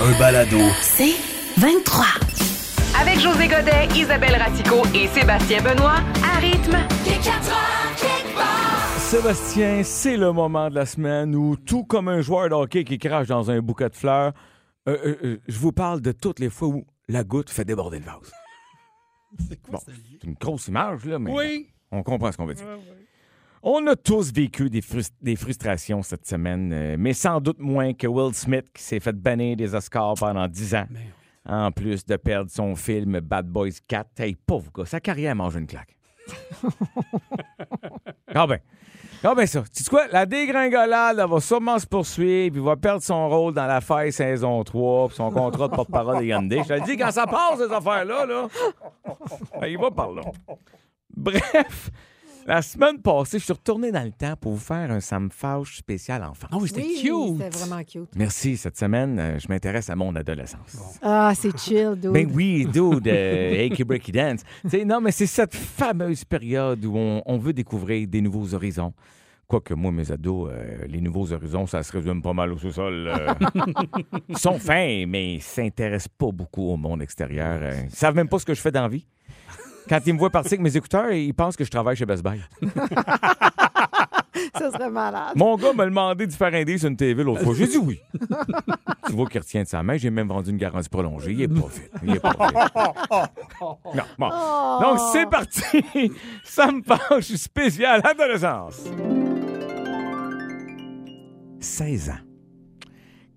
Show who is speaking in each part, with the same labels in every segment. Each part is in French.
Speaker 1: Un balado.
Speaker 2: C'est 23.
Speaker 3: Avec José Godet, Isabelle Ratico et Sébastien Benoît, à rythme.
Speaker 4: Sébastien, c'est le moment de la semaine où, tout comme un joueur de hockey qui crache dans un bouquet de fleurs, euh, euh, euh, je vous parle de toutes les fois où la goutte fait déborder le vase.
Speaker 5: C'est quoi
Speaker 4: Bon,
Speaker 5: ça? Guy?
Speaker 4: c'est une grosse image, là, mais
Speaker 5: Oui.
Speaker 4: on comprend ce qu'on veut dire.
Speaker 5: Ah, oui.
Speaker 4: On a tous vécu des, frus- des frustrations cette semaine, euh, mais sans doute moins que Will Smith qui s'est fait bannir des Oscars pendant 10 ans,
Speaker 5: Mais
Speaker 4: en plus de perdre son film Bad Boys 4. Hey, pauvre gars, sa carrière mange une claque. ah ben, ah ben ça. Tu sais quoi, la dégringolade elle va sûrement se poursuivre, il va perdre son rôle dans l'affaire saison 3, puis son contrat de porte-parole des Hyundai. Je te le dis, quand ça passe, ces affaires-là, là, ben, il va par là. Bref, la semaine passée, je suis retourné dans le temps pour vous faire un Sam Fauche spécial enfant.
Speaker 5: Ah oui, c'était
Speaker 6: Oui,
Speaker 5: cute.
Speaker 6: C'était vraiment cute.
Speaker 4: Merci. Cette semaine, euh, je m'intéresse à mon adolescence.
Speaker 6: Ah, c'est chill, dude.
Speaker 4: Ben oui, dude, euh, Achy Breaky Dance. Tu sais, non, mais c'est cette fameuse période où on, on veut découvrir des nouveaux horizons. Quoique moi, mes ados, euh, les nouveaux horizons, ça se résume pas mal au sous-sol. euh. Ils sont fins, mais ils s'intéressent pas beaucoup au monde extérieur. euh. Ils savent même pas ce que je fais dans la vie. Quand ils me voient partir avec mes écouteurs, ils pensent que je travaille chez Best Buy.
Speaker 6: Ça serait malade.
Speaker 4: Mon gars m'a demandé de faire un deal sur une TV l'autre fois. J'ai dit oui. tu vois qu'il retient de sa main. J'ai même vendu une garantie prolongée. Il est pas vite. Il est pas vite. non, bon. Donc, c'est parti. Ça me penche spécial adolescence. 16 ans.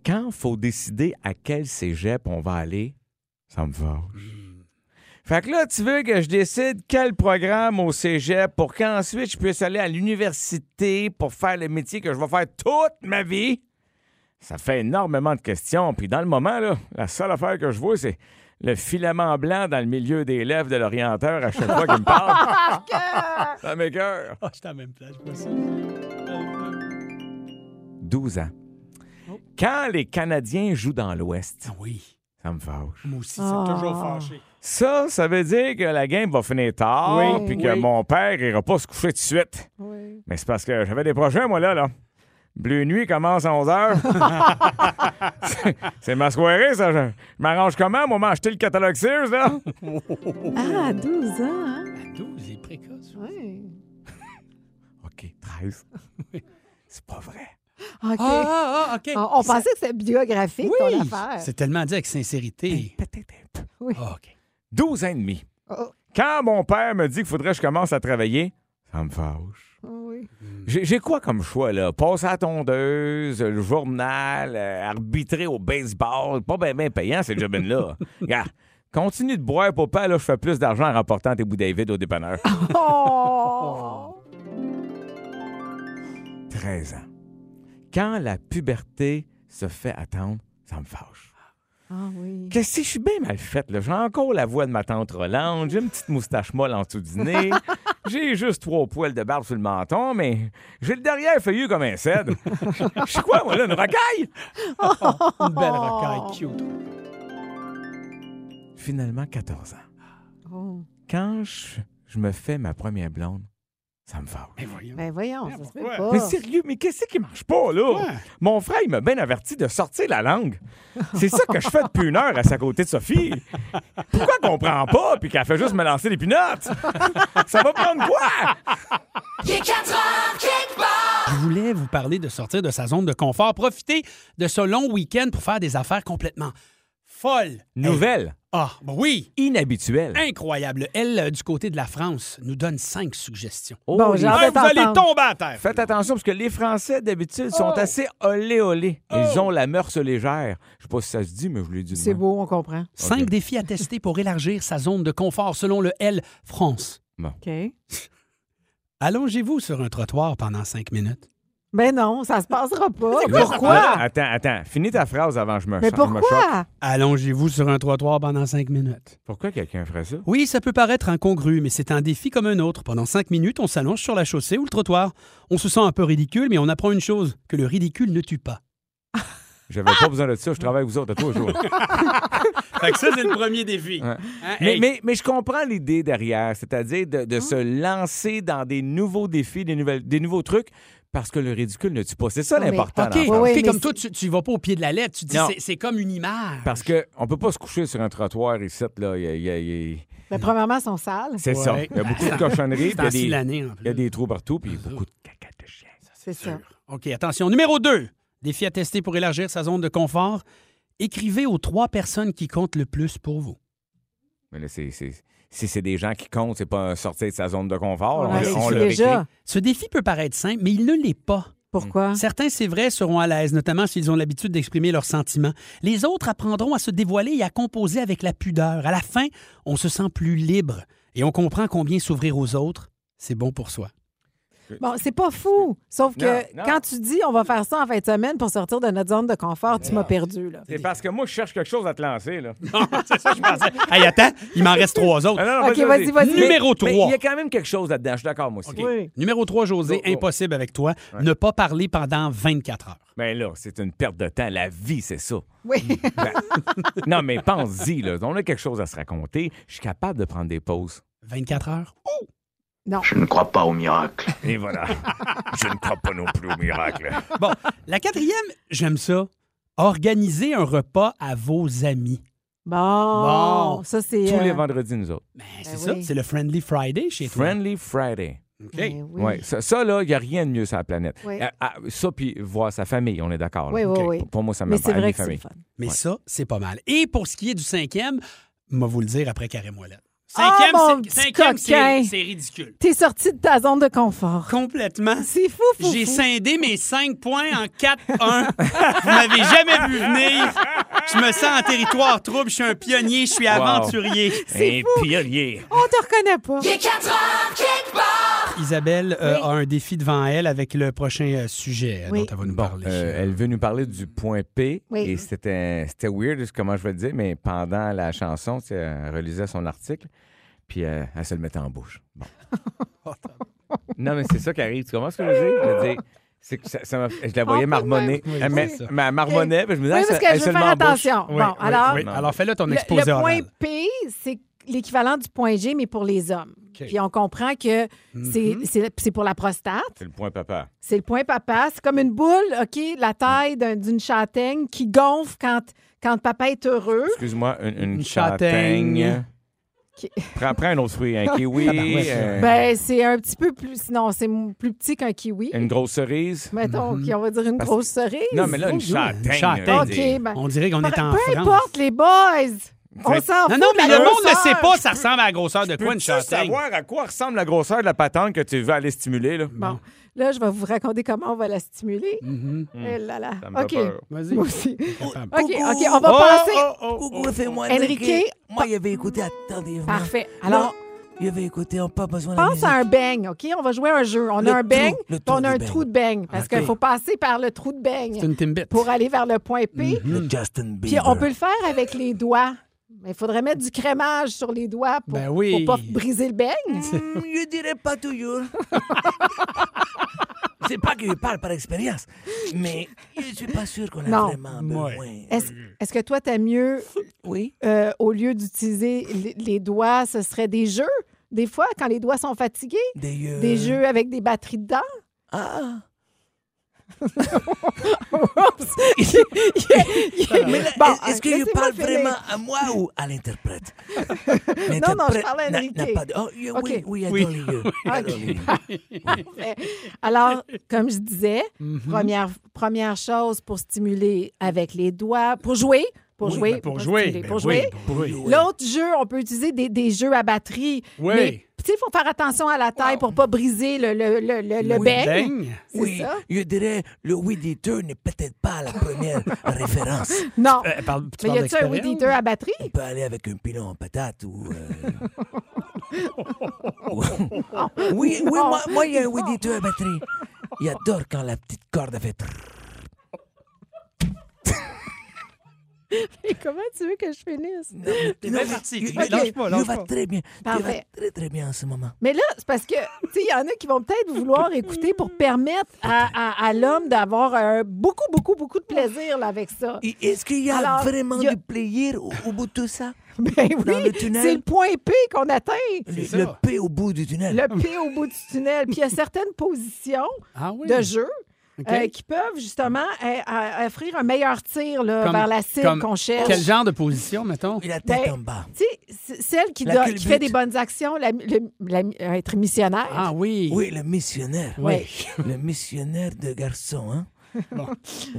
Speaker 4: Quand faut décider à quel cégep on va aller, ça me fâche. Fait que là, tu veux que je décide quel programme au cégep pour qu'ensuite je puisse aller à l'université pour faire le métier que je vais faire toute ma vie? Ça fait énormément de questions. Puis dans le moment, là, la seule affaire que je vois, c'est le filament blanc dans le milieu des lèvres de l'orienteur à chaque fois qu'il me parle. ça m'écœure.
Speaker 5: Ah, j'étais à la même place, je vois ça.
Speaker 4: 12 ans. Quand les Canadiens jouent dans l'Ouest,
Speaker 5: Oh. Ah oui.
Speaker 4: ça me fâche.
Speaker 5: Moi aussi, c'est
Speaker 6: Ah.
Speaker 5: toujours fâché.
Speaker 4: Ça, ça veut dire que la game va finir tard,
Speaker 5: Oui,
Speaker 4: puis que
Speaker 5: oui.
Speaker 4: mon père ira pas se coucher tout de suite.
Speaker 6: Oui.
Speaker 4: Mais c'est parce que j'avais des projets, moi, là. là. Bleu nuit commence à 11 h. C'est- c'est ma soirée, ça. Je, je m'arrange comment, moi, m'acheter le catalogue Sears, là?
Speaker 6: Ah, 12 ans, hein?
Speaker 5: À 12, il est précoce.
Speaker 6: Oui.
Speaker 4: OK, 13. c'est pas vrai.
Speaker 6: OK.
Speaker 5: Ah, ah, OK.
Speaker 6: On, on pensait que c'était biographique, ton
Speaker 5: oui.
Speaker 6: affaire. Ben
Speaker 5: C'est tellement dit avec sincérité.
Speaker 4: Peut-être un peu.
Speaker 5: Ah, OK.
Speaker 4: 12 ans et demi.
Speaker 6: Oh,
Speaker 4: Quand mon père me dit qu'il faudrait que je commence à travailler, ça me fâche.
Speaker 6: Ah oui.
Speaker 4: J'ai j'ai quoi comme choix, là? Passer à la tondeuse, le journal, euh, arbitrer au baseball. Pas bien ben payant, ces jobines-là. Regarde, continue de boire, papa, là, je fais plus d'argent en remportant tes bouts David au dépanneur.
Speaker 6: Oh!
Speaker 4: 13 ans. Quand la puberté se fait attendre, ça me fâche.
Speaker 6: Ah oui.
Speaker 4: Qu'est-ce que je suis bien mal faite, là? J'ai encore la voix de ma tante Rolande, j'ai une petite moustache molle en dessous du nez, j'ai juste trois poils de barbe sur le menton, mais j'ai le derrière feuillu comme un cèdre. Je suis quoi, moi, là, une rocaille?
Speaker 5: Une belle rocaille
Speaker 6: Oh.
Speaker 5: cute.
Speaker 4: Finalement, 14 ans.
Speaker 6: Oh.
Speaker 4: quand je, je me fais ma première blonde, ça me fâche.
Speaker 5: Mais voyons.
Speaker 6: Ben voyons,
Speaker 5: Mais
Speaker 6: ça se fait
Speaker 5: pourquoi?
Speaker 6: pas.
Speaker 4: Mais sérieux, mais qu'est-ce qui marche pas, là?
Speaker 5: Ouais.
Speaker 4: Mon frère, il m'a bien averti de sortir la langue. C'est ça que je fais depuis une heure à sa côté de Sophie. Pourquoi qu'on prend pas puis qu'elle fait juste me lancer des pinottes? Ça va prendre quoi?
Speaker 5: Je voulais vous parler de sortir de sa zone de confort, profiter de ce long week-end pour faire des affaires complètement folles.
Speaker 4: Nouvelle,
Speaker 5: Ah, ben oui!
Speaker 4: inhabituelle.
Speaker 5: Incroyable. Elle, euh, du côté de la France, nous donne cinq suggestions.
Speaker 4: Oh,
Speaker 6: Bon,
Speaker 4: les-
Speaker 6: j'ai hâte
Speaker 5: Hey,
Speaker 6: de
Speaker 5: vous allez
Speaker 6: t'entendre.
Speaker 5: tomber à terre.
Speaker 4: Faites attention parce que les Français, d'habitude, sont
Speaker 5: Oh.
Speaker 4: assez olé olé. Ils ont la mœurs légère. Je sais pas si ça se dit, mais je l'ai dit. de
Speaker 6: Oh. C'est
Speaker 4: même.
Speaker 6: beau, on comprend.
Speaker 5: Cinq défis à tester pour élargir sa zone de confort selon le L France.
Speaker 6: OK.
Speaker 5: Allongez-vous sur un trottoir pendant cinq minutes.
Speaker 6: Ben non, ça se passera pas.
Speaker 4: Là,
Speaker 6: Pourquoi?
Speaker 4: Attends, attends. Finis ta phrase avant que je me
Speaker 6: Mais
Speaker 4: cho- me choque.
Speaker 6: pourquoi?
Speaker 5: Allongez-vous sur un trottoir pendant cinq minutes.
Speaker 4: Pourquoi quelqu'un ferait ça?
Speaker 5: Oui, ça peut paraître incongru, mais c'est un défi comme un autre. Pendant cinq minutes, on s'allonge sur la chaussée ou le trottoir. On se sent un peu ridicule, mais on apprend une chose, que le ridicule ne tue pas.
Speaker 4: J'avais pas besoin de ça. Je travaille avec vous autres à tous les jours.
Speaker 5: Fait que ça, c'est le premier défi.
Speaker 4: Ouais.
Speaker 5: Hein,
Speaker 4: Mais,
Speaker 5: hey. Hum.
Speaker 4: mais, mais je comprends l'idée derrière, c'est-à-dire de, de se lancer dans des nouveaux défis, des, nouvelles, des nouveaux trucs, parce que le ridicule ne tue pas. C'est ça
Speaker 6: Non, mais-
Speaker 4: l'important.
Speaker 5: OK,
Speaker 4: dans la
Speaker 6: Oui, oui,
Speaker 5: OK,
Speaker 6: mais
Speaker 5: comme
Speaker 6: c'est-
Speaker 5: toi, tu ne vas pas au pied de la lettre. Tu dis,
Speaker 4: Non.
Speaker 5: c'est- c'est comme une image.
Speaker 4: Parce qu'on ne peut pas se coucher sur un trottoir ici. Là. Il y a- il y a- il y a-
Speaker 6: Ben, premièrement, ils sont sales.
Speaker 4: C'est ça.
Speaker 5: Ouais.
Speaker 4: Il y a beaucoup de
Speaker 5: C'est Hum.
Speaker 4: cochonneries. puis
Speaker 5: en
Speaker 4: Il
Speaker 5: six
Speaker 4: y, a des-
Speaker 5: l'année, en plus.
Speaker 4: il y a des trous partout, puis beaucoup de caca de chien.
Speaker 6: C'est ça.
Speaker 5: OK, attention. Numéro 2. Défi à tester pour élargir sa zone de confort. Écrivez aux trois personnes qui comptent le plus pour vous.
Speaker 4: Mais là, c'est- c'est- si c'est des gens qui comptent, c'est pas un sortir de sa zone de confort.
Speaker 6: On
Speaker 4: On, le-
Speaker 6: l'a
Speaker 4: on
Speaker 6: dit
Speaker 4: leur écrit.
Speaker 6: déjà.
Speaker 5: Ce défi peut paraître simple, mais il ne l'est pas.
Speaker 6: Pourquoi?
Speaker 4: Ah. Mm.
Speaker 5: Certains, c'est vrai, seront à l'aise, notamment s'ils ont l'habitude d'exprimer leurs sentiments. Les autres apprendront à se dévoiler et à composer avec la pudeur. À la fin, on se sent plus libre et on comprend combien s'ouvrir aux autres, c'est bon pour soi.
Speaker 6: Bon, c'est pas fou. Sauf que
Speaker 4: Non, non.
Speaker 6: quand tu dis on va faire ça en fin de semaine pour sortir de notre zone de confort, tu m'as perdu. Là.
Speaker 4: C'est parce que moi, je cherche quelque chose à te lancer. Là.
Speaker 5: c'est ça que je pensais. Hey, attends, il m'en reste trois autres.
Speaker 4: Ah, non, non,
Speaker 6: OK, vas-y, vas-y.
Speaker 4: Mais-
Speaker 5: Numéro
Speaker 4: mais
Speaker 5: trois.
Speaker 4: Il y a quand même quelque chose là-dedans. Je suis d'accord, moi aussi.
Speaker 6: Oui. Oh,
Speaker 5: Numéro 3, José,
Speaker 4: Go, go.
Speaker 5: impossible avec toi. Ne pas parler pendant 24 heures.
Speaker 4: Mais là, c'est une perte de temps. La vie, c'est ça.
Speaker 6: Oui.
Speaker 4: Ben, non, mais pense-y, là. On a quelque chose à se raconter. Je suis capable de prendre des pauses.
Speaker 5: 24 heures?
Speaker 7: Je ne crois pas au miracle.
Speaker 4: Et voilà. Je ne crois pas non plus au miracle.
Speaker 5: Bon, la quatrième, j'aime ça. Organiser un repas à vos amis.
Speaker 6: Bon.
Speaker 5: Bon.
Speaker 6: Ça, c'est.
Speaker 4: Tous les
Speaker 6: euh,
Speaker 4: vendredis, nous autres.
Speaker 5: Ben, c'est
Speaker 6: Ben
Speaker 5: ça,
Speaker 6: oui.
Speaker 5: c'est le Friendly Friday chez
Speaker 4: Friendly Friday.
Speaker 5: toi. OK.
Speaker 6: ben oui.
Speaker 4: Ouais, ça, ça, là, il n'y a rien de mieux sur la planète.
Speaker 6: Oui.
Speaker 4: Euh, ah, ça, puis voir sa famille, on est d'accord. là.
Speaker 6: Oui, oui,
Speaker 4: OK.
Speaker 6: oui.
Speaker 4: Pour- Pour moi, ça
Speaker 6: Mais
Speaker 4: me
Speaker 6: c'est
Speaker 4: parle
Speaker 6: vrai
Speaker 4: les
Speaker 6: que c'est le
Speaker 4: familles.
Speaker 6: fun.
Speaker 5: Mais
Speaker 4: Ouais.
Speaker 5: ça, c'est pas mal. Et pour ce qui est du cinquième, moi vous le dire après Carré Moellette.
Speaker 6: Ah,
Speaker 5: Cinquième,
Speaker 6: mon
Speaker 5: c'est-
Speaker 6: petit
Speaker 5: cinquième, c'est
Speaker 6: coquin.
Speaker 5: c'est ridicule.
Speaker 6: T'es sorti de ta zone de confort.
Speaker 5: Complètement.
Speaker 6: C'est fou, fou.
Speaker 5: J'ai
Speaker 6: fou.
Speaker 5: scindé mes cinq points en 4-1. Vous m'avez jamais vu venir. Je me sens en territoire trouble. Je suis un pionnier, je suis aventurier.
Speaker 4: C'est pionnier.
Speaker 6: On te reconnaît pas.
Speaker 5: Isabelle euh, a un défi devant elle avec le prochain euh, sujet euh,
Speaker 6: Oui.
Speaker 5: dont elle va nous
Speaker 4: Bon,
Speaker 5: parler.
Speaker 4: euh, elle veut nous parler du point P.
Speaker 6: Oui.
Speaker 4: Et c'était c'était weird, c'est comment je vais le dire, mais pendant la chanson, tu sais, elle relisait son article, puis euh, elle se le mettait en bouche. Bon. non, mais c'est ça qui arrive. Tu comprends ce que je veux dire? Je veux dire, c'est que ça, ça m'a- je la voyais
Speaker 6: On peut même-
Speaker 4: marmonner.
Speaker 5: Oui,
Speaker 4: elle, m'a-
Speaker 5: c'est ça.
Speaker 4: mais elle marmonnait, puis je me disais,
Speaker 6: Oui,
Speaker 4: elle
Speaker 6: parce
Speaker 4: se-
Speaker 6: que
Speaker 4: elle
Speaker 6: je
Speaker 4: se
Speaker 6: veux
Speaker 4: le met
Speaker 6: faire
Speaker 4: en bouche.
Speaker 6: attention.
Speaker 5: Oui,
Speaker 6: bon,
Speaker 5: oui,
Speaker 6: alors,
Speaker 5: oui. Alors, fais-le ton
Speaker 6: le,
Speaker 5: exposé
Speaker 6: le point
Speaker 5: oral.
Speaker 6: P, c'est l'équivalent du point G, mais pour les hommes.
Speaker 5: OK.
Speaker 6: Puis on comprend que
Speaker 4: Mm-hmm.
Speaker 6: c'est- c'est c'est pour la prostate.
Speaker 4: C'est le point papa.
Speaker 6: C'est le point papa. C'est comme une boule, OK, la taille d'un- d'une châtaigne qui gonfle quand, quand papa est heureux.
Speaker 4: Excuse-moi, une, une
Speaker 5: Une châtaigne.
Speaker 4: châtaigne.
Speaker 6: Qui-
Speaker 4: Prends, prends un autre fruit, un kiwi,
Speaker 5: Tabarouette.
Speaker 4: euh,
Speaker 6: Ben, c'est un petit peu plus. Non, c'est m- plus petit qu'un kiwi.
Speaker 4: une grosse cerise.
Speaker 6: Mettons,
Speaker 5: Mm-hmm.
Speaker 6: OK, on va dire une
Speaker 4: Parce-
Speaker 6: grosse cerise.
Speaker 4: Non, mais là, une
Speaker 5: Bonjour.
Speaker 4: châtaigne.
Speaker 5: Une châtaigne.
Speaker 4: je veux
Speaker 6: OK,
Speaker 4: dire.
Speaker 6: ben.
Speaker 5: On dirait qu'on
Speaker 6: Peu
Speaker 5: est en France.
Speaker 6: importe, les boys. On
Speaker 4: Mais-
Speaker 6: s'en
Speaker 5: Non,
Speaker 6: fout.
Speaker 5: non,
Speaker 6: de
Speaker 5: mais
Speaker 6: la
Speaker 5: le monde ne
Speaker 6: grosseur.
Speaker 5: sait pas ça ressemble à la grosseur de quoi une
Speaker 4: Peux-tu
Speaker 5: châtaigne.
Speaker 4: savoir à quoi ressemble la grosseur de la patente que tu veux aller stimuler, là?
Speaker 6: Bon, là, je vais vous raconter comment on va la stimuler.
Speaker 5: Mm-hmm.
Speaker 6: Eh là là.
Speaker 4: Mm. Ça me fait
Speaker 6: OK.
Speaker 4: peur. Oh,
Speaker 5: Vas-y.
Speaker 6: Moi aussi.
Speaker 5: Capable.
Speaker 6: OK, OK, on
Speaker 5: Oh,
Speaker 6: va passer.
Speaker 8: Coucou, fais-moi
Speaker 6: Enrique,
Speaker 8: Moi, il avait écouté, attendez.
Speaker 6: Parfait. Alors,
Speaker 8: Il avait écouté, on n'a pas besoin de la
Speaker 6: pense à
Speaker 8: musique.
Speaker 6: un beigne, OK? On va jouer à un jeu. On
Speaker 8: Le
Speaker 6: a un
Speaker 8: trou,
Speaker 6: beigne,
Speaker 8: le
Speaker 6: puis
Speaker 8: trou
Speaker 6: on a
Speaker 8: du
Speaker 6: un
Speaker 8: beigne.
Speaker 6: trou de beigne. Parce
Speaker 5: OK.
Speaker 6: qu'il faut passer par le trou de
Speaker 5: C'est
Speaker 6: beigne
Speaker 5: une timbit.
Speaker 6: Ah, pour aller vers le point P.
Speaker 8: Le Justin
Speaker 6: Puis
Speaker 8: Bieber.
Speaker 6: on peut le faire avec les doigts. Mais il faudrait mettre du crémage sur les doigts pour,
Speaker 5: Ben oui.
Speaker 6: pour pas briser le beigne.
Speaker 8: Hmm, Je dirais pas toujours. C'est pas que je parle par expérience, mais je suis pas sûr qu'on a
Speaker 6: Non.
Speaker 8: vraiment
Speaker 5: Ouais.
Speaker 8: besoin.
Speaker 6: Est-ce est-ce que toi, t'as mieux,
Speaker 8: Oui.
Speaker 6: euh, au lieu d'utiliser les, les doigts, ce serait des jeux? Des fois, quand les doigts sont fatigués,
Speaker 8: Des, euh,
Speaker 6: des jeux avec des batteries dedans.
Speaker 8: Ah, mais là,
Speaker 6: Bon,
Speaker 8: est-ce que je
Speaker 6: hein, laissez-moi
Speaker 8: parle
Speaker 6: finir.
Speaker 8: vraiment à moi ou à l'interprète
Speaker 6: Non, non, je
Speaker 8: L'interprète
Speaker 6: parle à
Speaker 8: n'a-
Speaker 6: Enrique.
Speaker 8: n'a pas de- Oh, oui,
Speaker 6: OK.
Speaker 8: oui,
Speaker 5: Oui.
Speaker 8: adore les yeux. Adore les yeux.
Speaker 6: Parfait. Alors, comme je disais,
Speaker 5: Mhm.
Speaker 6: première, première chose pour stimuler avec les doigts, pour jouer, pour jouer,
Speaker 5: Ben, pour
Speaker 6: pas
Speaker 5: jouer.
Speaker 6: stimuler,
Speaker 5: Ben
Speaker 6: pour
Speaker 5: oui,
Speaker 6: jouer.
Speaker 5: pour jouer.
Speaker 6: L'autre jeu, on peut utiliser des, des jeux à batterie.
Speaker 5: Oui.
Speaker 6: Mais, tu sais, il faut faire attention à la taille pour pas briser le, le, le, le, le
Speaker 5: Oui, ben,
Speaker 6: bec.
Speaker 5: beigne.
Speaker 6: C'est
Speaker 8: Oui,
Speaker 6: ça?
Speaker 8: je dirais le weed eater n'est peut-être pas la première référence.
Speaker 6: Non.
Speaker 5: Euh, parle- tu parles
Speaker 6: Mais y a-tu un
Speaker 5: d'expérience?
Speaker 6: weed eater à batterie?
Speaker 8: On peut aller avec un pilon en patate ou. euh, oui, oui, moi, moi, il y a un weed eater à batterie. Il adore quand la petite corde a fait. trrr.
Speaker 6: Mais comment tu veux que je finisse?
Speaker 5: T'es
Speaker 8: Non,
Speaker 5: bien
Speaker 8: mais-
Speaker 5: parti.
Speaker 8: il-
Speaker 5: Tu ne
Speaker 8: il-
Speaker 5: lâches pas,
Speaker 8: il
Speaker 5: lâche
Speaker 8: va
Speaker 5: pas.
Speaker 8: très bien. Il va
Speaker 6: Parfait.
Speaker 8: très, très bien en ce moment.
Speaker 6: Mais là, c'est parce que, tu sais, il y en a qui vont peut-être vouloir écouter pour permettre à, à- à l'homme d'avoir un beaucoup, beaucoup, beaucoup de plaisir là, avec ça.
Speaker 8: Et Est-ce qu'il y a
Speaker 6: Alors,
Speaker 8: vraiment
Speaker 6: il y a-
Speaker 8: du plaisir au, au bout de tout ça?
Speaker 6: Ben
Speaker 8: Dans le
Speaker 6: oui,
Speaker 8: tunnel.
Speaker 6: c'est le point P qu'on atteint.
Speaker 8: Le,
Speaker 5: ça.
Speaker 8: le P au bout du tunnel.
Speaker 6: Le P au bout du tunnel. Puis il y a certaines positions
Speaker 5: Ah oui.
Speaker 6: de jeu
Speaker 5: OK.
Speaker 6: euh, qui peuvent justement euh, euh, offrir un meilleur tir là,
Speaker 5: Comme-
Speaker 6: vers la cible
Speaker 5: comme-
Speaker 6: qu'on cherche.
Speaker 5: Quel genre de position, mettons?
Speaker 8: Il a tête
Speaker 6: Ben,
Speaker 8: en bas.
Speaker 6: Tu sais, c- celle qui,
Speaker 8: La
Speaker 6: donne-
Speaker 8: culbute.
Speaker 6: qui fait des bonnes actions, la- le- la- être missionnaire.
Speaker 5: Ah oui.
Speaker 8: Oui, le missionnaire.
Speaker 5: Oui.
Speaker 8: Le missionnaire de garçon, hein?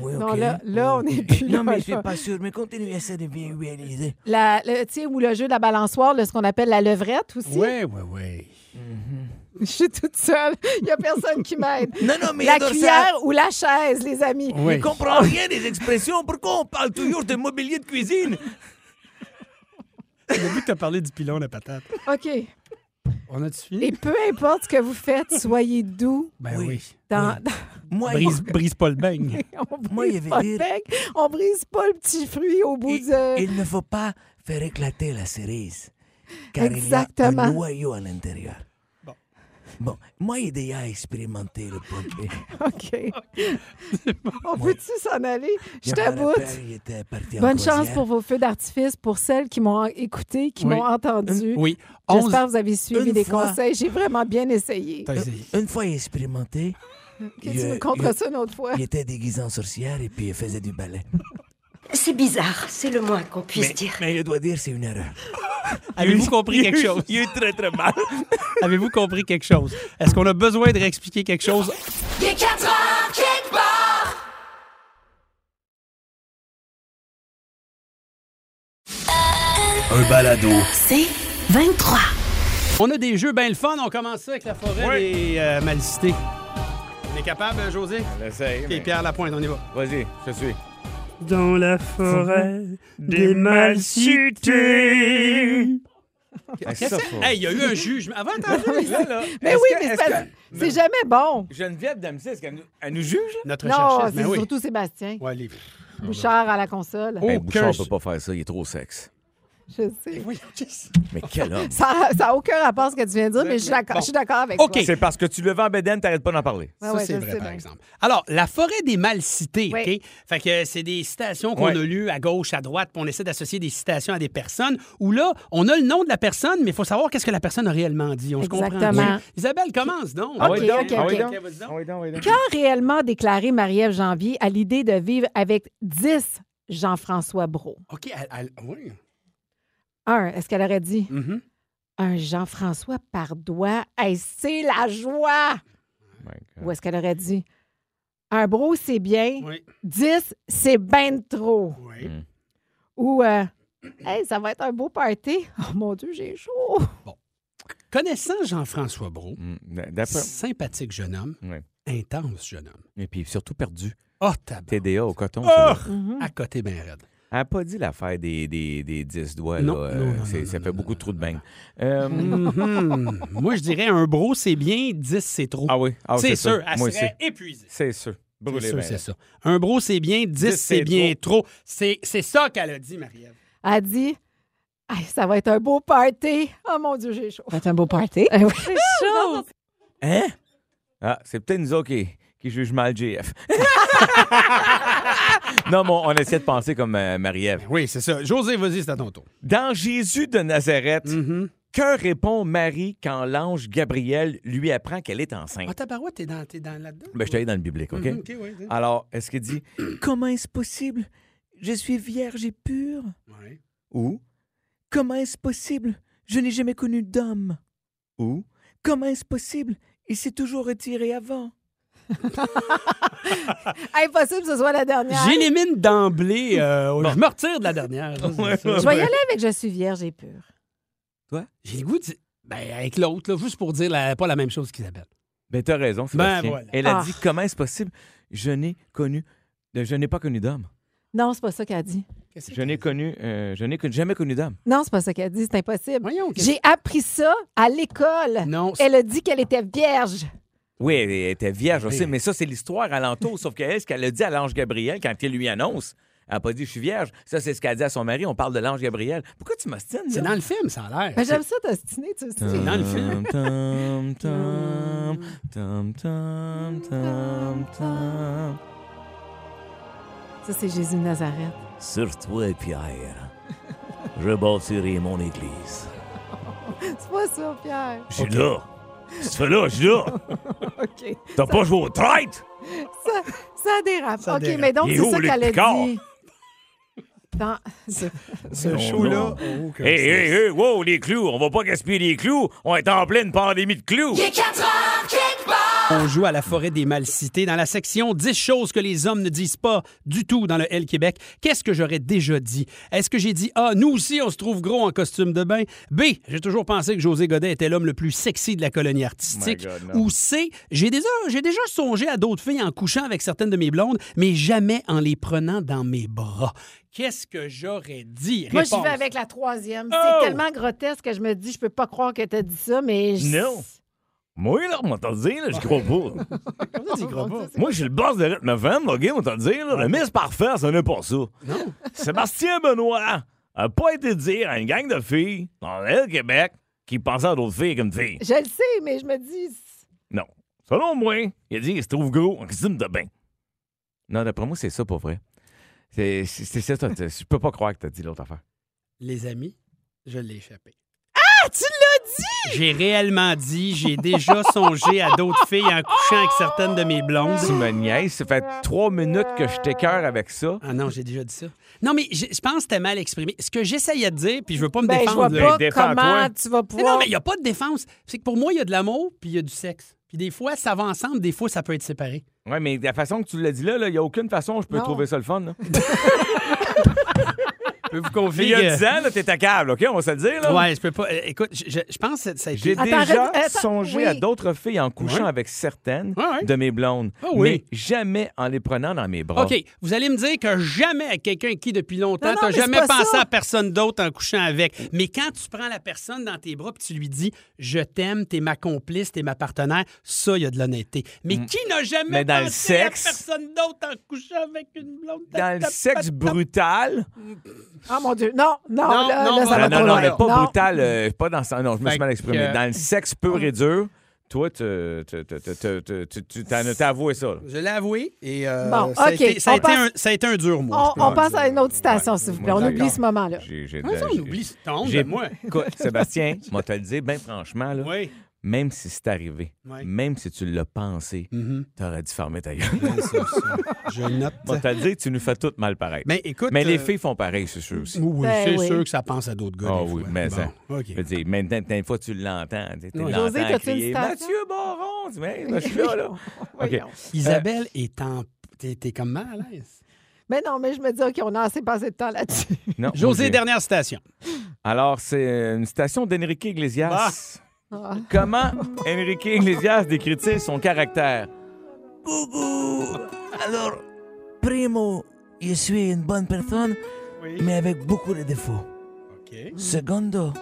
Speaker 8: Oui,
Speaker 6: Non,
Speaker 8: ok.
Speaker 6: là- là, on est plus
Speaker 8: Non,
Speaker 6: là,
Speaker 8: mais je suis
Speaker 6: là.
Speaker 8: pas sûr. Mais continue, essaie de bien réaliser.
Speaker 6: La- le- tu sais, ou le jeu de la balançoire, là, ce qu'on appelle la levrette aussi.
Speaker 5: Oui, oui, oui.
Speaker 6: Je suis toute seule. Il n'y a personne qui m'aide.
Speaker 8: Non, non, mais
Speaker 6: La
Speaker 8: j'adore ça.
Speaker 6: cuillère ou la chaise, les amis.
Speaker 5: Oui.
Speaker 8: Je comprends rien des expressions. Pourquoi on parle toujours de mobilier de cuisine?
Speaker 5: J'ai vu que tu as parlé du pilon la patate.
Speaker 6: OK.
Speaker 5: On a-tu fini?
Speaker 6: Et peu importe ce que vous faites, soyez doux.
Speaker 5: Ben oui.
Speaker 6: Dans,
Speaker 8: Moi,
Speaker 5: Brise, brise pas le beigne.
Speaker 6: dans- on brise
Speaker 8: Moi, il avait
Speaker 6: pas
Speaker 8: dit-
Speaker 6: le bec, on brise pas le petit fruit au bout
Speaker 8: il,
Speaker 6: de...
Speaker 8: il ne faut pas faire éclater la cerise. Car il y a
Speaker 6: Exactement.
Speaker 8: un noyau à l'intérieur.
Speaker 5: Bon.
Speaker 8: Bon, moi, j'ai déjà expérimenté le pompier.
Speaker 6: OK. on peut-tu s'en aller? Je
Speaker 8: te
Speaker 6: t'aboute. Bonne chance pour vos feux d'artifice, pour celles qui m'ont écouté, qui
Speaker 5: Oui.
Speaker 6: m'ont entendu.
Speaker 5: Oui. Onze-
Speaker 6: J'espère que vous avez suivi
Speaker 8: une
Speaker 6: les
Speaker 8: fois.
Speaker 6: conseils. J'ai vraiment bien essayé.
Speaker 5: T'as essayé.
Speaker 8: Euh, Une fois expérimenté,
Speaker 6: Que
Speaker 8: Je-
Speaker 6: tu me contres
Speaker 8: je-
Speaker 6: ça une autre fois.
Speaker 8: il était déguisé en sorcière et puis il faisait du ballet.
Speaker 2: C'est bizarre, c'est le moins qu'on puisse
Speaker 8: Mais,
Speaker 2: dire.
Speaker 8: mais je dois dire, c'est une erreur.
Speaker 5: Avez-vous compris quelque chose?
Speaker 8: Il est très très mal.
Speaker 5: Avez-vous compris quelque chose? Est-ce qu'on a besoin de réexpliquer quelque chose?
Speaker 1: Un balado.
Speaker 2: C'est 23.
Speaker 5: On a des jeux bien le fun. On commence ça avec la forêt
Speaker 4: Oui.
Speaker 5: des euh, malicités. On est capable, José?
Speaker 4: L'essaye.
Speaker 5: Et Pierre Lapointe, on y va.
Speaker 4: Vas-y, je suis.
Speaker 5: Dans la forêt des malcités.
Speaker 4: Ah,
Speaker 5: Hey, il y a eu un juge. Avant, attends,
Speaker 6: Mais oui, mais c'est pas- c'est jamais bon.
Speaker 4: Geneviève Dempsey, est-ce qu'elle nous, elle nous juge? Là?
Speaker 5: notre
Speaker 6: Non,
Speaker 5: chercheuse.
Speaker 6: c'est
Speaker 5: Ben oui.
Speaker 6: surtout Sébastien.
Speaker 5: Ouais, les-
Speaker 6: Bouchard à la console.
Speaker 5: Aucun-
Speaker 4: Ben, pas faire ça, il est trop sexe.
Speaker 6: Je sais.
Speaker 4: Mais quel homme!
Speaker 6: Ça n'a aucun rapport à ce que tu viens de dire, mais je suis d'accord
Speaker 5: Bon.
Speaker 6: je suis d'accord avec
Speaker 5: OK.
Speaker 6: toi.
Speaker 4: C'est parce que tu le vends en bédaine, t'arrêtes pas d'en parler.
Speaker 6: Ouais,
Speaker 5: Ça,
Speaker 6: ouais,
Speaker 5: c'est
Speaker 6: je
Speaker 5: vrai,
Speaker 6: sais
Speaker 5: par
Speaker 6: bien.
Speaker 5: exemple. Alors, la forêt des mal cités,
Speaker 6: Oui.
Speaker 5: OK? Fait que euh, c'est des citations qu'on
Speaker 4: Ouais.
Speaker 5: a lues à gauche, à droite, puis on essaie d'associer des citations à des personnes, où là, on a le nom de la personne, mais il faut savoir qu'est-ce que la personne a réellement dit. On se comprend.
Speaker 6: Exactement.
Speaker 5: Oui. Isabelle, commence donc.
Speaker 6: Ah oui, OK, donc, OK, ah oui, OK. donc.
Speaker 5: vas-y donc.
Speaker 4: oui, donc, oui, donc.
Speaker 6: Quand réellement déclaré Marie-Ève Janvier à l'idée de vivre avec 10 Jean-François Brault?
Speaker 5: OK, elle- elle- oui.
Speaker 6: Un, est-ce qu'elle aurait dit
Speaker 5: Mhm.
Speaker 6: un Jean-François par doigt? Hey, c'est la joie!
Speaker 4: My God.
Speaker 6: Ou est-ce qu'elle aurait dit un Brault, c'est bien,
Speaker 5: Oui.
Speaker 6: 10, c'est ben trop?
Speaker 5: Oui.
Speaker 6: Ou euh, hey, ça va être un beau party. Oh mon Dieu, j'ai chaud!
Speaker 5: Connaissant Jean-François Brault,
Speaker 4: Mm, D'après.
Speaker 5: sympathique jeune homme,
Speaker 4: Ouais.
Speaker 5: intense jeune homme.
Speaker 4: Et puis surtout perdu.
Speaker 5: Oh, tabac.
Speaker 4: TDA au coton.
Speaker 5: Ah!
Speaker 4: ça, là.
Speaker 6: Mhm.
Speaker 5: À côté, ben raide.
Speaker 4: Elle n'a pas dit l'affaire des, des, des 10 doigts.
Speaker 5: Non,
Speaker 4: là.
Speaker 5: non,
Speaker 4: Euh,
Speaker 5: non,
Speaker 4: c'est-
Speaker 5: non,
Speaker 4: ça
Speaker 5: non,
Speaker 4: fait
Speaker 5: non,
Speaker 4: beaucoup
Speaker 5: non, Mmh.
Speaker 4: de trous de bang. Euh,
Speaker 5: Mhm.
Speaker 6: Mm-hmm.
Speaker 5: Moi, je dirais un bro, c'est bien, 10, c'est trop.
Speaker 4: Ah oui, ah,
Speaker 5: c'est sûr,
Speaker 4: ça.
Speaker 5: elle
Speaker 4: Moi aussi.
Speaker 5: serait épuisée.
Speaker 4: C'est sûr.
Speaker 5: C'est
Speaker 4: Brûlé,
Speaker 5: sûr,
Speaker 4: ben,
Speaker 5: c'est
Speaker 4: là.
Speaker 5: ça. Un bro, c'est bien. 10, c'est
Speaker 4: c'est
Speaker 5: bien trop. C'est c'est ça qu'elle a dit, Marie-Ève.
Speaker 6: Elle a dit Hey, ça va être un beau party. Oh mon Dieu, j'ai chaud. Eh Ça va être un beau party. J'ai chaud.
Speaker 8: Hein?
Speaker 4: Ah, c'est peut-être nous autres qui, qui juge mal JF. non, mais on essaie de penser comme euh, Marie-Ève.
Speaker 5: Oui, c'est ça. José, vas-y, c'est à ton tour.
Speaker 4: Dans Jésus de Nazareth,
Speaker 5: Mmh. Mm-hmm.
Speaker 4: que répond Marie quand l'ange Gabriel lui apprend qu'elle est
Speaker 5: Ah,
Speaker 4: enceinte?
Speaker 5: tabarouette, t'es dans, t'es dans là-dedans?
Speaker 4: Ben, je suis allé dans le biblique, OK? Ah.
Speaker 5: Mhm, OK, oui, oui.
Speaker 4: Alors, est-ce qu'il dit
Speaker 8: Comment est-ce possible? Je suis vierge et pure.
Speaker 5: Ouais.
Speaker 4: ou,
Speaker 8: Comment est-ce possible? Je n'ai jamais connu d'homme.
Speaker 4: ou,
Speaker 8: Comment est-ce possible? Il s'est toujours retiré avant.
Speaker 6: Impossible que ce soit la dernière.
Speaker 5: J'élimine d'emblée. euh, Je me retire de la dernière.
Speaker 4: Ouais,
Speaker 5: C'est ça.
Speaker 6: Je vais y aller avec Je suis vierge et pure.
Speaker 5: J'ai le goût de- Ben, avec l'autre, là, juste pour dire la- pas la même chose qu'Isabelle.
Speaker 4: ben, t'as raison, Sébastien.
Speaker 5: voilà.
Speaker 4: Elle a
Speaker 6: Ah.
Speaker 4: dit comment est-ce possible? Je n'ai connu, euh, je n'ai pas connu d'homme.
Speaker 6: Non, c'est pas ça qu'elle dit.
Speaker 5: Qu'est-ce
Speaker 4: Je n'ai connu, euh, je n'ai con- jamais connu d'homme.
Speaker 6: Non, c'est pas ça qu'elle dit. C'est impossible.
Speaker 5: Voyons. qu'est-ce-
Speaker 6: J'ai appris ça à l'école.
Speaker 5: Non, c'est-
Speaker 6: Elle a dit qu'elle était vierge.
Speaker 4: Oui, elle était vierge aussi, mais ça, c'est l'histoire alentour. Sauf qu'elle, ce qu'elle a dit à l'ange Gabriel quand il lui annonce, elle n'a pas dit je suis vierge. Ça, c'est ce qu'elle dit à son mari. On parle de l'ange Gabriel. Pourquoi tu m'ostines?
Speaker 5: C'est dans le film, ça a l'air.
Speaker 6: Ben, J'aime ça, t'ostiner, tu sais.
Speaker 5: C'est
Speaker 4: Euh.
Speaker 5: dans le film.
Speaker 4: Tam, tam, tam, tam, tam, tam.
Speaker 6: Ça, c'est Jésus de Nazareth.
Speaker 8: Sur toi, Pierre, je bâtirai mon église.
Speaker 6: C'est pas ça, Pierre.
Speaker 8: Je suis là. Je suis là, je suis là.
Speaker 6: OK.
Speaker 8: T'as pas joué aux traites?
Speaker 6: Ça, ça dérape.
Speaker 5: Ça
Speaker 6: OK,
Speaker 5: dérape.
Speaker 6: mais donc,
Speaker 8: Il est
Speaker 6: c'est
Speaker 8: où,
Speaker 6: ça
Speaker 8: Luc
Speaker 6: qu'elle a
Speaker 8: Picard?
Speaker 6: dit. Dans-
Speaker 5: Ce show-là. oh, que
Speaker 8: Hé,
Speaker 5: c'est-
Speaker 8: hé, hé, wow, les clous. On va pas gaspiller les clous. On est en pleine pandémie de clous.
Speaker 5: On joue à la forêt des malcités dans la section 10 choses que les hommes ne disent pas du tout dans le L Québec. Qu'est-ce que j'aurais déjà dit? Est-ce que j'ai dit A, nous aussi on se trouve gros en costume de bain? B, j'ai toujours pensé que José Godet était l'homme le plus sexy de la colonie artistique? Ou C, j'ai déjà, j'ai déjà songé à d'autres filles en couchant avec certaines de mes blondes, mais jamais en les prenant dans mes bras. Qu'est-ce que j'aurais dit?
Speaker 6: Moi, j'y
Speaker 5: Réponse.
Speaker 6: vais avec la troisième.
Speaker 5: Oh!
Speaker 6: C'est tellement grotesque que je me dis, je peux pas croire que t'as dit ça, mais... je-
Speaker 8: Non. Moi, là, on m'entend dire, là, je crois pas.
Speaker 5: Comment ça, tu crois pas?
Speaker 8: Moi, je suis le boss de rythme FM, OK, on t'en dire. là, le Miss Parfait, ça n'est pas ça.
Speaker 5: Non.
Speaker 8: Sébastien Benoît a pas été dire à une gang de filles dans le Québec qui pensait à d'autres filles comme filles.
Speaker 6: Je le sais, mais je me dis...
Speaker 8: Non. Selon moi, il a dit qu'il se trouve gros en costume de bain.
Speaker 4: Non, d'après moi, c'est ça pour vrai. C'est c'est- c'est ça. t'as- t'as- Je peux pas croire que tu as dit l'autre affaire.
Speaker 5: Les amis, je l'ai échappé.
Speaker 6: Ah, tu l'as dit!
Speaker 5: J'ai réellement dit, j'ai déjà songé à d'autres filles en couchant avec certaines de mes blondes.
Speaker 4: Tu me niaises. Ça fait trois minutes que je t'écœure avec ça.
Speaker 5: Ah non, j'ai déjà dit ça. Non, mais je je pense que c'était mal exprimé. Ce que j'essayais de dire, puis je veux pas me
Speaker 6: Ben, je vois
Speaker 5: défendre. là.
Speaker 6: pas
Speaker 8: défends-toi.
Speaker 6: comment tu vas
Speaker 5: Mais
Speaker 6: pouvoir...
Speaker 5: non, mais il n'y a pas de défense. C'est que pour moi, il y a de l'amour, puis il y a du sexe. Puis des fois, ça va ensemble, des fois, ça peut être séparé.
Speaker 4: Oui, mais de la façon que tu l'as dit là, il n'y a aucune façon où je peux
Speaker 6: Non.
Speaker 4: trouver ça le fun. là.
Speaker 5: Je peux vous
Speaker 4: Il
Speaker 5: confier
Speaker 4: y a
Speaker 5: que-
Speaker 4: 10 ans, là, t'es à câble, OK? On va se le dire,
Speaker 6: Ah.
Speaker 4: là.
Speaker 5: Ouais, je peux pas. euh, écoute, je, je- je pense que ça a
Speaker 4: J'ai
Speaker 5: été.
Speaker 6: Attends,
Speaker 4: déjà
Speaker 6: arrête- attends,
Speaker 4: songé
Speaker 6: oui.
Speaker 4: à d'autres filles en couchant
Speaker 5: Ouais.
Speaker 4: avec certaines
Speaker 5: Ouais, ouais.
Speaker 4: de mes blondes,
Speaker 5: Ah oui.
Speaker 4: mais jamais en les prenant dans mes bras.
Speaker 5: OK, vous allez me dire que jamais à quelqu'un qui, depuis longtemps,
Speaker 6: Non, non,
Speaker 5: t'as
Speaker 6: mais c'est
Speaker 5: jamais
Speaker 6: pas
Speaker 5: pensé
Speaker 6: ça.
Speaker 5: à personne d'autre en couchant avec. Mais quand tu prends la personne dans tes bras puis tu lui dis « Je t'aime, t'es ma complice, t'es ma partenaire », ça, il y a de l'honnêteté. Mais qui n'a jamais
Speaker 4: Mm. Mais dans le
Speaker 5: pensé
Speaker 4: sexe-
Speaker 5: à personne d'autre en couchant avec une blonde?
Speaker 4: Dans le
Speaker 5: Tap,
Speaker 4: sexe
Speaker 5: tap,
Speaker 4: brutal.
Speaker 6: Ah, mon Dieu. Non, non,
Speaker 5: Non,
Speaker 6: là,
Speaker 5: non, non,
Speaker 6: là, ça va
Speaker 4: Non, non,
Speaker 6: trop
Speaker 4: non,
Speaker 6: loin.
Speaker 4: mais pas
Speaker 6: Non.
Speaker 4: brutal. euh, pas dans ça. Non, je me
Speaker 5: Fait
Speaker 4: suis mal exprimé.
Speaker 5: que- euh,
Speaker 4: Dans le sexe pur et dur, toi, tu tu- tu- tu- tu- tu- tu- t'en- t'as avoué ça. là.
Speaker 5: tap. Je l'ai avoué et euh,
Speaker 6: Bon,
Speaker 5: ça, a
Speaker 6: OK,
Speaker 5: été, ça a
Speaker 6: on
Speaker 5: été
Speaker 6: passe-
Speaker 5: un, ça a été un dur mois.
Speaker 6: On,
Speaker 5: je peux
Speaker 6: on
Speaker 5: le
Speaker 6: passe
Speaker 5: dire.
Speaker 6: à une autre citation, s'il vous plaît.
Speaker 4: moi,
Speaker 6: On oublie
Speaker 4: d'accord.
Speaker 6: ce moment-là.
Speaker 4: J'ai- j'ai-
Speaker 5: Comment ça, on
Speaker 4: j'ai-
Speaker 5: oublie cette honte
Speaker 4: j'ai-
Speaker 5: de moi?
Speaker 4: Écoute, Sébastien, moi, te le dire, bien franchement, là,
Speaker 5: Oui.
Speaker 4: même si c'est arrivé,
Speaker 5: Ouais.
Speaker 4: même si tu l'as pensé,
Speaker 5: Mhm.
Speaker 4: t'aurais dû fermer ta gueule.
Speaker 5: Je note.
Speaker 4: Moi, te le dire, tu nous fais toutes mal pareil.
Speaker 5: Mais écoute...
Speaker 4: Mais les
Speaker 5: euh,
Speaker 4: filles font pareil, c'est sûr aussi.
Speaker 5: Oui,
Speaker 6: Ben
Speaker 5: c'est
Speaker 6: oui.
Speaker 5: sûr que ça pense à d'autres gars.
Speaker 4: Ah
Speaker 5: des
Speaker 4: oui,
Speaker 5: fois.
Speaker 4: mais
Speaker 5: Bon,
Speaker 4: ça.
Speaker 5: OK.
Speaker 4: Je veux dire, maintenant, des fois, tu l'entends. Tu
Speaker 5: Ouais.
Speaker 4: l'entends
Speaker 6: José, t'as-tu
Speaker 4: crier,
Speaker 6: une citation?
Speaker 4: Mathieu Baron, tu vois, là, je suis là, là. OK.
Speaker 5: Isabelle est en... T'es t'es comme mal à l'aise.
Speaker 6: Mais non, mais je me dis, OK, on a assez passé de temps là-dessus.
Speaker 4: Non,
Speaker 5: José,
Speaker 4: moi, j'ai-
Speaker 5: dernière citation.
Speaker 4: Alors, c'est une citation d'Enrique Iglesias.
Speaker 6: Ah.
Speaker 4: Comment Enrique Iglesias décrit-il son caractère?
Speaker 8: Coucou!
Speaker 5: Alors,
Speaker 8: Primo, je suis une bonne personne, mais avec beaucoup de défauts. Segundo,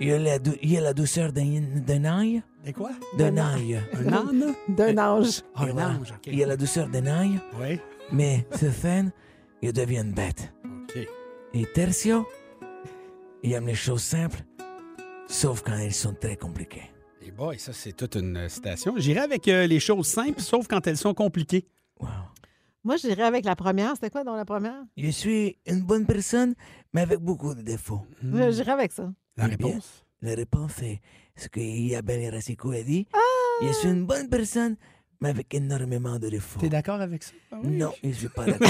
Speaker 8: il y a la, dou- il y a la douceur d'un d'un ail.
Speaker 5: Et quoi?
Speaker 8: D'un ail.
Speaker 5: Un âne?
Speaker 6: D'un ange.
Speaker 5: Ah,
Speaker 8: Et
Speaker 5: un
Speaker 8: voilà.
Speaker 5: ange, OK.
Speaker 8: Il y a la douceur d'un ail,
Speaker 5: Oui.
Speaker 8: mais ce fan, il devient une bête.
Speaker 5: OK.
Speaker 8: Et tertio, il aime les choses simples, sauf quand elles sont très compliquées.
Speaker 5: Et boy, ça, c'est toute une euh, citation. J'irai avec euh, les choses simples, sauf quand elles sont compliquées.
Speaker 8: Wow.
Speaker 6: Moi, j'irais avec la première. C'était quoi, dans la première?
Speaker 8: Je suis une bonne personne, mais avec beaucoup de défauts.
Speaker 6: Euh, J'irais avec ça.
Speaker 5: La
Speaker 8: Eh bien,
Speaker 5: réponse?
Speaker 8: La réponse est ce que Isabelle Racicot a dit. Je suis une bonne personne, mais avec énormément de défauts.
Speaker 5: T'es d'accord avec ça? Ah oui.
Speaker 8: Non, je ne suis pas d'accord.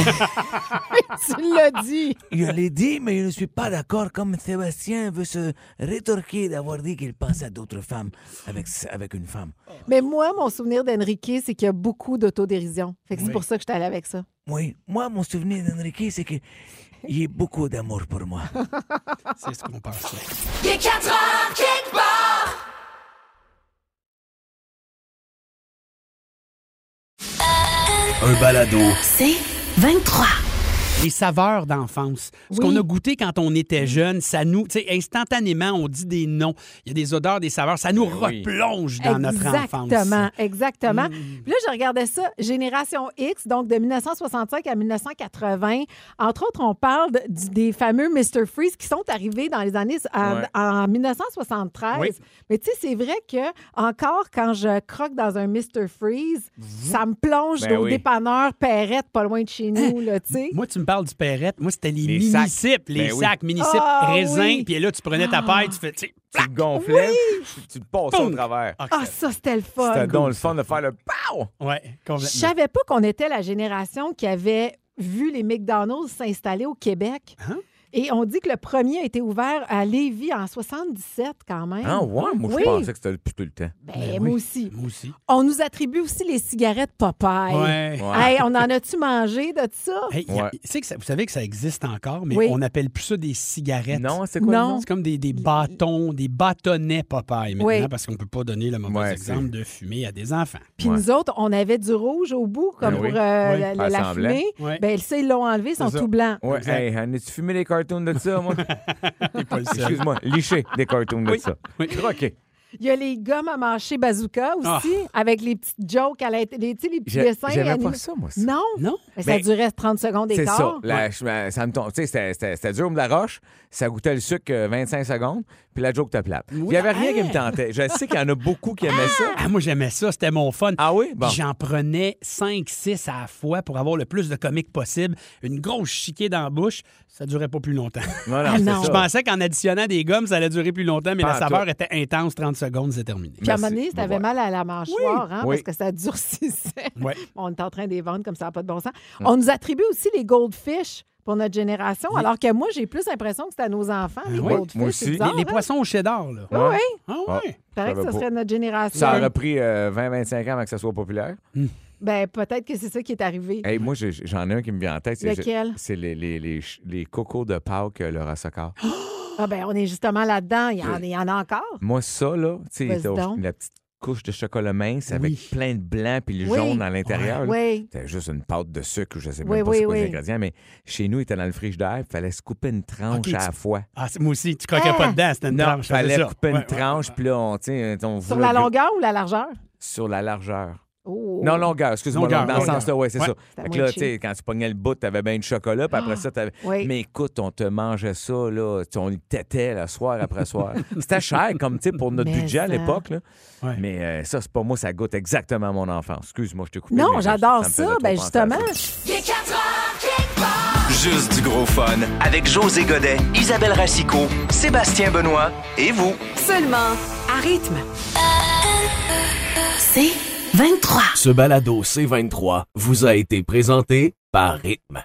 Speaker 6: tu l'as dit.
Speaker 8: je l'ai dit, mais je ne suis pas d'accord comme Sébastien veut se rétorquer d'avoir dit qu'il pensait à d'autres femmes avec, avec une femme.
Speaker 6: Mais moi, mon souvenir d'Enrique, c'est qu'il y a beaucoup d'autodérision. Fait que c'est pour ça que je suis allée avec ça.
Speaker 8: Oui, moi, mon souvenir d'Enrique, c'est qu'il y a beaucoup d'amour pour moi.
Speaker 5: C'est ce qu'on pense.
Speaker 1: Un balado.
Speaker 2: C'est 23.
Speaker 5: les saveurs d'enfance.
Speaker 9: Oui.
Speaker 5: Ce qu'on a goûté quand on était jeune, ça nous, tu sais, instantanément, on dit des noms. Il y a des odeurs, des saveurs, ça nous replonge dans notre enfance. Mm.
Speaker 6: Exactement, exactement. Puis là, je regardais ça, Génération X, donc de 1965 à 1980. Entre autres, on parle de- du- des fameux Mr. Freeze qui sont arrivés dans les années en,
Speaker 10: Ouais.
Speaker 6: en 1973.
Speaker 10: Oui.
Speaker 6: Mais tu sais, c'est vrai que encore quand je croque dans un Mr. Freeze, ça me plonge
Speaker 5: Ben
Speaker 6: au
Speaker 5: oui.
Speaker 6: dépanneur Perrette, pas loin de chez nous, là, tu sais.
Speaker 5: Moi, tu me parles du perrette. Moi, c'était les,
Speaker 4: Les
Speaker 5: mini-cips,
Speaker 4: sacs.
Speaker 5: les
Speaker 4: Ben oui.
Speaker 5: sacs, mini-cips,
Speaker 6: Ah,
Speaker 5: raisins.
Speaker 6: oui.
Speaker 5: Puis là, tu prenais ta paille, tu fais, tu sais,
Speaker 4: Tu le gonflais, tu le passais au
Speaker 5: Poum!
Speaker 4: travers.
Speaker 6: Ah, ça, c'était le fun.
Speaker 4: C'était donc le fun de faire le pow!
Speaker 5: Ouais,
Speaker 6: Je
Speaker 5: complètement.
Speaker 6: savais pas qu'on était la génération qui avait vu les McDonald's s'installer au Québec. Et on dit que le premier a été ouvert à Lévis en 77 quand même.
Speaker 4: Ah ouais, moi je
Speaker 6: Oui.
Speaker 4: pensais que c'était plutôt le temps.
Speaker 6: Ben, moi aussi.
Speaker 5: Moi aussi.
Speaker 6: On nous attribue aussi les cigarettes Popeye.
Speaker 5: Ouais.
Speaker 6: Hey, on en a-tu mangé de ça?
Speaker 5: Hey, y a- c'est que ça- vous savez que ça existe encore, mais
Speaker 6: Oui.
Speaker 5: on n'appelle plus ça des cigarettes. Non, c'est
Speaker 6: quoi le Non. nom?
Speaker 5: C'est comme des, des bâtons, des bâtonnets Popeye maintenant,
Speaker 6: Oui.
Speaker 5: parce qu'on ne peut pas donner le mauvais exemple de fumée à des enfants.
Speaker 6: Puis nous autres, on avait du rouge au bout, comme
Speaker 4: Ben
Speaker 6: pour
Speaker 4: oui.
Speaker 6: euh,
Speaker 4: Oui.
Speaker 6: la,
Speaker 4: Ah,
Speaker 6: la
Speaker 4: ça en
Speaker 6: fumée.
Speaker 4: voulait.
Speaker 6: Ben, ça, ils l'ont enlevé, ils sont
Speaker 4: C'est ça.
Speaker 6: tout blancs.
Speaker 4: Ouais, hey, en as-tu fumé des cartoons de ça, moi?
Speaker 5: seul.
Speaker 4: Excuse-moi, liché des cartoons de ça. Croqué.
Speaker 6: Il y a les gommes à mâcher bazooka aussi,
Speaker 4: Ah.
Speaker 6: avec les petites jokes, à l'int- les, tu sais, les petits
Speaker 4: J'ai-
Speaker 6: dessins.
Speaker 4: j'aimais pas
Speaker 6: animés.
Speaker 4: ça, moi, ça.
Speaker 6: Non?
Speaker 5: Non.
Speaker 6: Mais ça
Speaker 4: Mais-
Speaker 6: durait 30 secondes et
Speaker 4: C'est
Speaker 6: quart.
Speaker 4: ça. La- je- euh, ça me tombe. Tu sais, c'était- c'était c'était dur comme de la roche. Ça goûtait le sucre euh, 25 secondes, puis la joke te plate. Il n'y avait rien qui me tentait. Je sais qu'il y en a beaucoup qui aimaient ça.
Speaker 5: Ah, moi, j'aimais ça. C'était mon fun.
Speaker 4: Ah oui? Bon.
Speaker 5: Puis J'en prenais 5, 6 à la fois pour avoir le plus de comiques possible. Une grosse chiquée dans la bouche, ça durait pas plus longtemps.
Speaker 4: Non, non, Ah c'est non. ça.
Speaker 5: Je pensais qu'en additionnant des gommes, ça allait durer plus longtemps, mais
Speaker 4: Pas
Speaker 5: la
Speaker 4: en
Speaker 5: saveur
Speaker 4: tout.
Speaker 5: était intense. 30 secondes, c'est terminé.
Speaker 6: Puis à un moment donné, t'avais mal à la mâchoire, hein,
Speaker 5: Oui.
Speaker 6: parce que ça durcissait.
Speaker 5: Ouais.
Speaker 6: On est en train de les vendre comme ça n'a pas de bon
Speaker 4: Ah.
Speaker 6: sens.
Speaker 5: Mm.
Speaker 6: On nous attribue aussi les goldfish pour notre génération, alors que moi, j'ai plus l'impression que c'est à nos enfants, les
Speaker 4: Ah Oui,
Speaker 6: goldfish.
Speaker 4: moi
Speaker 6: c'est
Speaker 4: aussi.
Speaker 6: bizarre,
Speaker 4: Les- les
Speaker 6: hein?
Speaker 5: Poisson au cheddar, là.
Speaker 6: Oui,
Speaker 4: Ouais.
Speaker 6: oui.
Speaker 4: Ah,
Speaker 6: Il paraît que
Speaker 4: savais
Speaker 6: ça
Speaker 4: pas.
Speaker 6: serait notre génération.
Speaker 4: Ça aurait pris euh, 20-25 ans avant que ça soit populaire.
Speaker 6: Ben, peut-être que c'est ça qui est arrivé.
Speaker 4: Hey, moi, j'ai- j'en ai un qui me vient en tête. c'est-
Speaker 6: Lequel?
Speaker 4: C'est les, les, les, ch- les cocos de Pâques, euh, Laura Socard.
Speaker 6: Ah ben, on est justement là-dedans. Il y en, il y en a encore.
Speaker 4: Moi, ça, là, tu sais, il
Speaker 6: Vas-y
Speaker 4: était au-
Speaker 6: donc.
Speaker 4: la petite couche de chocolat mince avec plein de blanc puis le
Speaker 6: Oui.
Speaker 4: jaune à l'intérieur. là.
Speaker 6: Oui.
Speaker 4: C'était juste une pâte de sucre, ou je sais même
Speaker 6: Oui,
Speaker 4: pas
Speaker 6: oui,
Speaker 4: c'est quoi les
Speaker 6: oui.
Speaker 4: ingrédients, mais chez nous, il était dans le frigidaire, il fallait se couper une tranche
Speaker 5: Ok,
Speaker 4: à
Speaker 5: tu-
Speaker 4: la fois.
Speaker 5: Ah, c'est- moi aussi, tu croquais pas dedans, c'était une
Speaker 4: non,
Speaker 5: tranche, je faisais
Speaker 4: fallait
Speaker 5: ça.
Speaker 4: couper une
Speaker 5: Ouais, ouais,
Speaker 4: tranche, puis là, on, tu sais, on
Speaker 6: Sur
Speaker 4: voulait-
Speaker 6: la longueur ou la largeur?
Speaker 4: Sur la largeur.
Speaker 6: Oh.
Speaker 4: Non, longueur, excuse-moi,
Speaker 5: Longueur,
Speaker 4: long- dans ce
Speaker 5: longueur.
Speaker 4: sens-là, oui, c'est
Speaker 5: Ouais.
Speaker 4: ça.
Speaker 6: C'était
Speaker 4: Fait que
Speaker 6: moins
Speaker 4: là, tu sais, quand tu pognais le bout, t'avais bien du chocolat, puis après ça, t'avais.
Speaker 6: Ah, Oui.
Speaker 4: Mais écoute, on te mangeait ça, là, tu- on le têtait, là, soir après soir. C'était cher, comme, tu sais, pour notre
Speaker 6: Mais
Speaker 4: budget à
Speaker 6: ça.
Speaker 4: l'époque, là. Mais euh, ça, c'est pas moi, ça goûte exactement à mon enfance. Excuse-moi, je t'ai coupé.
Speaker 6: Non,
Speaker 4: mais je-
Speaker 6: j'adore
Speaker 4: me
Speaker 6: ça.
Speaker 4: faisait trop
Speaker 6: Ben,
Speaker 4: penser à
Speaker 6: justement.
Speaker 11: Juste du gros fun avec José Godet, Isabelle Racicot, Sébastien Benoît et vous.
Speaker 2: Seulement à rythme. C'est 23.
Speaker 12: Ce balado C23 vous a été présenté par Rythme.